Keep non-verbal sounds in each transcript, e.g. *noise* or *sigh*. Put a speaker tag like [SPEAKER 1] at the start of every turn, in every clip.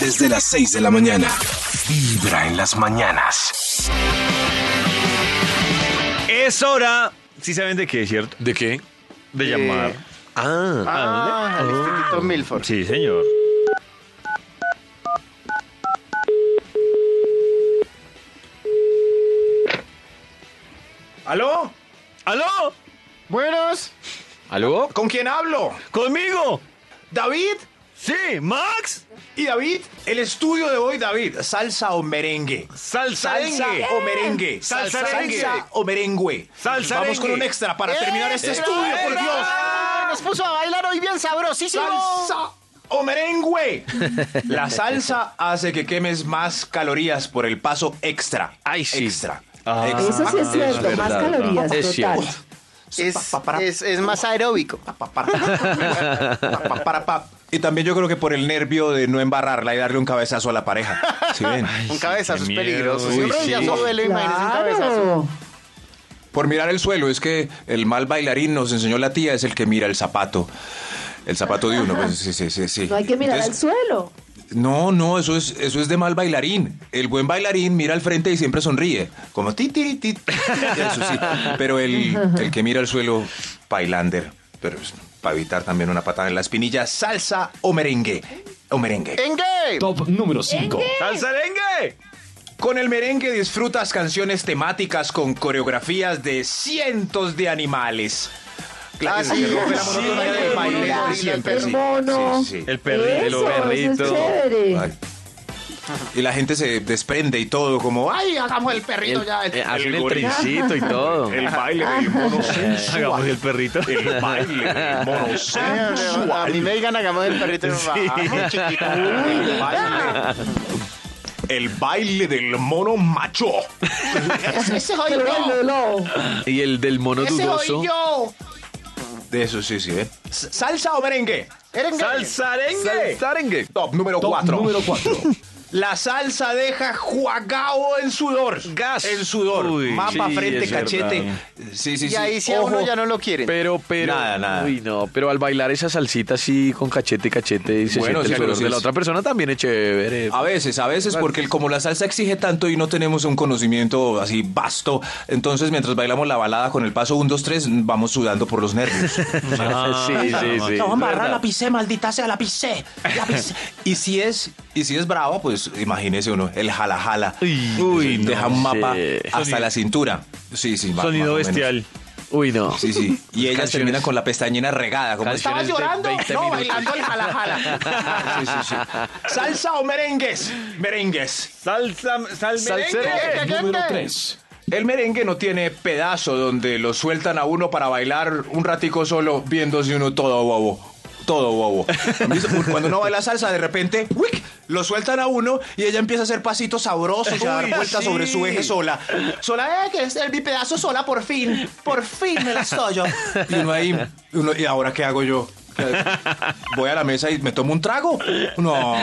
[SPEAKER 1] desde las 6 de la mañana. Vibra en las mañanas.
[SPEAKER 2] Es hora, si ¿sí saben de qué, ¿cierto?
[SPEAKER 3] ¿De qué?
[SPEAKER 2] De llamar.
[SPEAKER 3] Ah,
[SPEAKER 4] Ah, al Instituto Milford.
[SPEAKER 2] Sí, señor.
[SPEAKER 5] ¿Aló?
[SPEAKER 2] ¡Aló!
[SPEAKER 4] Buenos.
[SPEAKER 3] ¿aló?
[SPEAKER 5] ¿Con quién hablo?
[SPEAKER 2] ¡Conmigo!
[SPEAKER 5] ¿David?
[SPEAKER 2] ¡Sí! ¡Max!
[SPEAKER 5] ¿Y David? El estudio de hoy, David. ¿Salsa o merengue?
[SPEAKER 2] ¡Salsa!
[SPEAKER 5] Salsa
[SPEAKER 2] dengue.
[SPEAKER 5] o merengue.
[SPEAKER 2] Salsa merengue.
[SPEAKER 5] salsa o merengue.
[SPEAKER 2] Salsa
[SPEAKER 5] Vamos
[SPEAKER 2] merengue.
[SPEAKER 5] con un extra para terminar este estudio, por Dios.
[SPEAKER 4] Ah, Nos puso a bailar hoy bien sabrosísimo.
[SPEAKER 5] Salsa o merengue. La salsa hace que quemes más calorías por el paso extra.
[SPEAKER 3] Ay, sí.
[SPEAKER 5] Extra.
[SPEAKER 6] Eso sí es cierto, más
[SPEAKER 3] verdad.
[SPEAKER 6] calorías, pues,
[SPEAKER 3] Es
[SPEAKER 6] total.
[SPEAKER 3] cierto.
[SPEAKER 4] Es, es, es más aeróbico.
[SPEAKER 5] Y también yo creo que por el nervio de no embarrarla y darle un cabezazo a la pareja. ¿Sí ven?
[SPEAKER 4] Un cabezazo es
[SPEAKER 3] miedo.
[SPEAKER 4] peligroso.
[SPEAKER 3] Uy,
[SPEAKER 4] Si un rodillazo
[SPEAKER 3] sí.
[SPEAKER 4] duele, imagínese un cabezazo.
[SPEAKER 6] Claro.
[SPEAKER 5] Por mirar el suelo, es que el mal bailarín nos enseñó la tía, es el que mira el zapato. El zapato de uno, pues sí, sí, sí. sí.
[SPEAKER 6] No hay que mirar al
[SPEAKER 5] Entonces,
[SPEAKER 6] suelo.
[SPEAKER 5] No, no, eso es, eso es de mal bailarín. El buen bailarín mira al frente y siempre sonríe. Como ti, ti, ti. Eso sí. Pero el, el que mira al suelo, bailander. Pero para evitar también una patada en la espinilla, salsa o merengue. O merengue.
[SPEAKER 4] ¡Engue!
[SPEAKER 7] Top número 5.
[SPEAKER 2] ¡Salsa dengue!
[SPEAKER 5] Con el merengue disfrutas canciones temáticas con coreografías de cientos de animales. Claro,
[SPEAKER 4] Ah,
[SPEAKER 5] que se
[SPEAKER 4] sí,
[SPEAKER 5] rompe la
[SPEAKER 4] sí,
[SPEAKER 5] monotonía
[SPEAKER 4] sí,
[SPEAKER 5] del
[SPEAKER 4] sí,
[SPEAKER 5] baile
[SPEAKER 4] sí,
[SPEAKER 5] de
[SPEAKER 4] sí,
[SPEAKER 5] siempre,
[SPEAKER 4] el
[SPEAKER 5] sí.
[SPEAKER 6] mono.
[SPEAKER 5] Sí, sí, sí.
[SPEAKER 2] El perrito.
[SPEAKER 6] eso, eso
[SPEAKER 3] perrito.
[SPEAKER 6] es chévere.
[SPEAKER 5] Ay. Y la gente se desprende y todo, como ¡ay!
[SPEAKER 4] ¡Ay, hagamos el perrito
[SPEAKER 3] El-
[SPEAKER 4] ya!
[SPEAKER 3] eh,
[SPEAKER 4] El,
[SPEAKER 3] hacen el
[SPEAKER 5] gorila.
[SPEAKER 3] trincito y todo.
[SPEAKER 5] El baile del mono
[SPEAKER 2] *laughs* Hagamos el perrito. *laughs*
[SPEAKER 5] El baile del mono
[SPEAKER 4] a mí me digan, hagamos el perrito. ah. Vamos, chiquito.
[SPEAKER 5] El baile. El baile del mono macho.
[SPEAKER 4] Ese soy
[SPEAKER 6] Pero
[SPEAKER 4] yo.
[SPEAKER 6] bailalo.
[SPEAKER 3] Y el del mono
[SPEAKER 4] Ese
[SPEAKER 3] dudoso.
[SPEAKER 4] soy yo.
[SPEAKER 5] De eso sí, sí, ¿eh? ¿Salsa o merengue?
[SPEAKER 4] Erengue.
[SPEAKER 2] ¡Salsa dengue!
[SPEAKER 3] Sarengue.
[SPEAKER 5] Top número
[SPEAKER 7] Top
[SPEAKER 5] 4.
[SPEAKER 7] número 4.
[SPEAKER 5] *laughs* La salsa deja juagao en sudor.
[SPEAKER 3] Gas.
[SPEAKER 5] En sudor.
[SPEAKER 3] Uy,
[SPEAKER 5] Mapa,
[SPEAKER 3] sí,
[SPEAKER 5] frente,
[SPEAKER 3] es
[SPEAKER 5] cachete.
[SPEAKER 3] verdad.
[SPEAKER 5] Sí, sí, sí.
[SPEAKER 4] Y ahí si a
[SPEAKER 5] Ojo.
[SPEAKER 4] uno ya no lo quieren.
[SPEAKER 3] Pero, pero.
[SPEAKER 5] Nada, nada.
[SPEAKER 3] Uy, no, pero al bailar esa salsita así con cachete y cachete y se
[SPEAKER 5] Bueno,
[SPEAKER 3] siente
[SPEAKER 5] sí,
[SPEAKER 3] el
[SPEAKER 5] pero
[SPEAKER 3] dolor
[SPEAKER 5] sí
[SPEAKER 3] de
[SPEAKER 5] es-
[SPEAKER 3] la otra persona también es chévere.
[SPEAKER 5] A veces, a veces, porque como la salsa exige tanto y no tenemos un conocimiento así vasto, entonces mientras bailamos la balada con el paso 1, 2, 3, vamos sudando por los
[SPEAKER 3] *laughs*
[SPEAKER 5] nervios.
[SPEAKER 3] sí, sí, sí.
[SPEAKER 5] No, embarrar la pisé, maldita sea, la pisé, la pisé. *laughs* y si es, y si es brava, pues imagínese uno, el jala jala.
[SPEAKER 3] Uy,
[SPEAKER 5] Uy,
[SPEAKER 3] no
[SPEAKER 5] deja un mapa
[SPEAKER 3] sé.
[SPEAKER 5] hasta la cintura. Sí, sí, más-
[SPEAKER 2] Sonido
[SPEAKER 5] más o menos.
[SPEAKER 2] bestial.
[SPEAKER 3] Uy, no.
[SPEAKER 5] Sí, sí. Y ellas terminan con la pestañina regada, como
[SPEAKER 4] Estaba
[SPEAKER 3] Canciones de
[SPEAKER 4] llorando,
[SPEAKER 3] 20
[SPEAKER 4] no,
[SPEAKER 3] minutos.
[SPEAKER 4] bailando el jala
[SPEAKER 3] *laughs*
[SPEAKER 4] jala.
[SPEAKER 5] Sí, sí, sí. Salsa o merengues, merengues.
[SPEAKER 2] ¡Salsa, salsa
[SPEAKER 3] Salsero.
[SPEAKER 7] Número 3.
[SPEAKER 5] El merengue no tiene pedazo donde lo sueltan a uno para bailar un ratico solo viéndose uno todo bobo. Todo bobo. Cuando uno baila salsa, de repente, ¡wic! lo sueltan a uno y ella empieza a hacer pasitos sabrosos y a dar vueltas sobre su eje sola.
[SPEAKER 4] Sola, eh, que es el bipedazo sola, por fin. Por fin me la estoy yo.
[SPEAKER 5] Y uno ahí, uno, ¿y ahora qué hago yo? Voy a la mesa y me tomo un trago. No,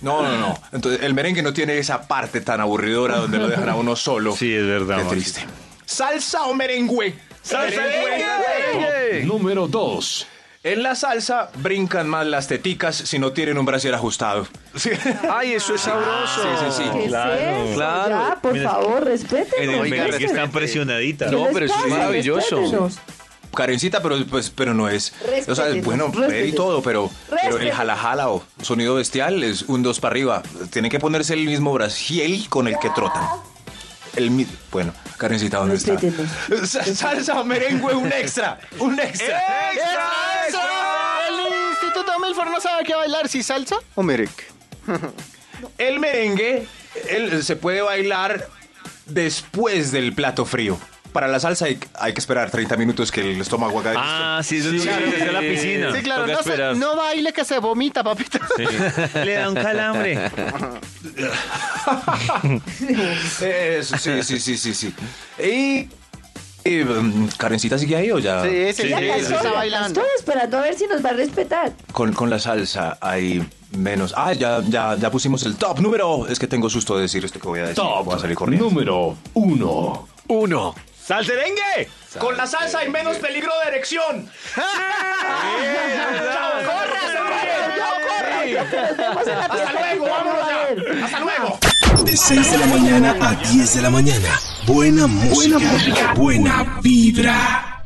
[SPEAKER 5] no, no, no. Entonces, el merengue no tiene esa parte tan aburridora donde lo dejan a uno solo.
[SPEAKER 2] Sí, es verdad,
[SPEAKER 5] Qué
[SPEAKER 2] Maxi.
[SPEAKER 5] triste. Salsa o merengue.
[SPEAKER 2] ¡Salsa
[SPEAKER 5] Merengue.
[SPEAKER 2] dengue!
[SPEAKER 7] Número 2.
[SPEAKER 5] En la salsa brincan más las teticas si no tienen un brasier ajustado. Sí.
[SPEAKER 3] Ay, eso es sabroso.
[SPEAKER 5] Sí, sí,
[SPEAKER 6] ¿Qué
[SPEAKER 2] Claro.
[SPEAKER 6] es eso?
[SPEAKER 3] Claro.
[SPEAKER 6] Ya, por favor, respétenos.
[SPEAKER 2] En el
[SPEAKER 4] Oiga,
[SPEAKER 2] merengue están presionaditas.
[SPEAKER 3] No, pues, pero eso es maravilloso.
[SPEAKER 5] Karencita, pero pues, pero no es. o sea,
[SPEAKER 6] Respete,
[SPEAKER 5] bueno, ver y
[SPEAKER 6] respete.
[SPEAKER 5] todo, pero, pero el
[SPEAKER 6] Respete.
[SPEAKER 5] jala jala o sonido bestial es un dos para arriba. Tienen que ponerse el mismo brasiel con el que trotan. El mi- bueno, Karencita, ¿dónde está?
[SPEAKER 6] Respétenos.
[SPEAKER 5] Sa- Salsa merengue, un extra, un extra.
[SPEAKER 4] ¡Extra, extra! El Instituto Milford no sabe qué bailar, si salsa o merengue.
[SPEAKER 5] El merengue él se puede bailar después del plato frío. Para la salsa hay, hay que esperar 30 minutos que el estómago haga.
[SPEAKER 2] Ah, sí, eso es lo que se hace en la piscina.
[SPEAKER 4] Sí, claro,
[SPEAKER 2] Toca
[SPEAKER 4] no, se,
[SPEAKER 2] esperar.
[SPEAKER 4] no baile que se vomita, papito.
[SPEAKER 2] Le da un calambre.
[SPEAKER 5] Eso, sí, sí, sí, sí, sí. Y. y, um, ¿Karencita sigue ahí o ya?
[SPEAKER 4] Sí,
[SPEAKER 2] Sí,
[SPEAKER 4] sí, sí,
[SPEAKER 2] ya
[SPEAKER 6] Acá
[SPEAKER 4] sí,
[SPEAKER 2] sí,
[SPEAKER 6] estoy,
[SPEAKER 4] está
[SPEAKER 6] acá
[SPEAKER 4] bailando.
[SPEAKER 6] Estoy esperando a ver si nos va a respetar.
[SPEAKER 5] Con, con la salsa hay menos. Ah, ya, ya, ya pusimos el top número. Es que tengo susto de decir esto que voy a decir. Voy a salir
[SPEAKER 7] Top
[SPEAKER 5] corriendo.
[SPEAKER 7] número 1.
[SPEAKER 3] Uno.
[SPEAKER 2] ¡Salsa dengue!
[SPEAKER 5] Con la salsa hay menos peligro de erección.
[SPEAKER 6] Nos vemos en la fiesta del
[SPEAKER 5] luego,
[SPEAKER 6] pueblo,
[SPEAKER 5] vámonos,
[SPEAKER 6] hacer. ¡Hasta luego!
[SPEAKER 1] De 6 de la mañana a 10 de la mañana. Buena música. Buena vibra.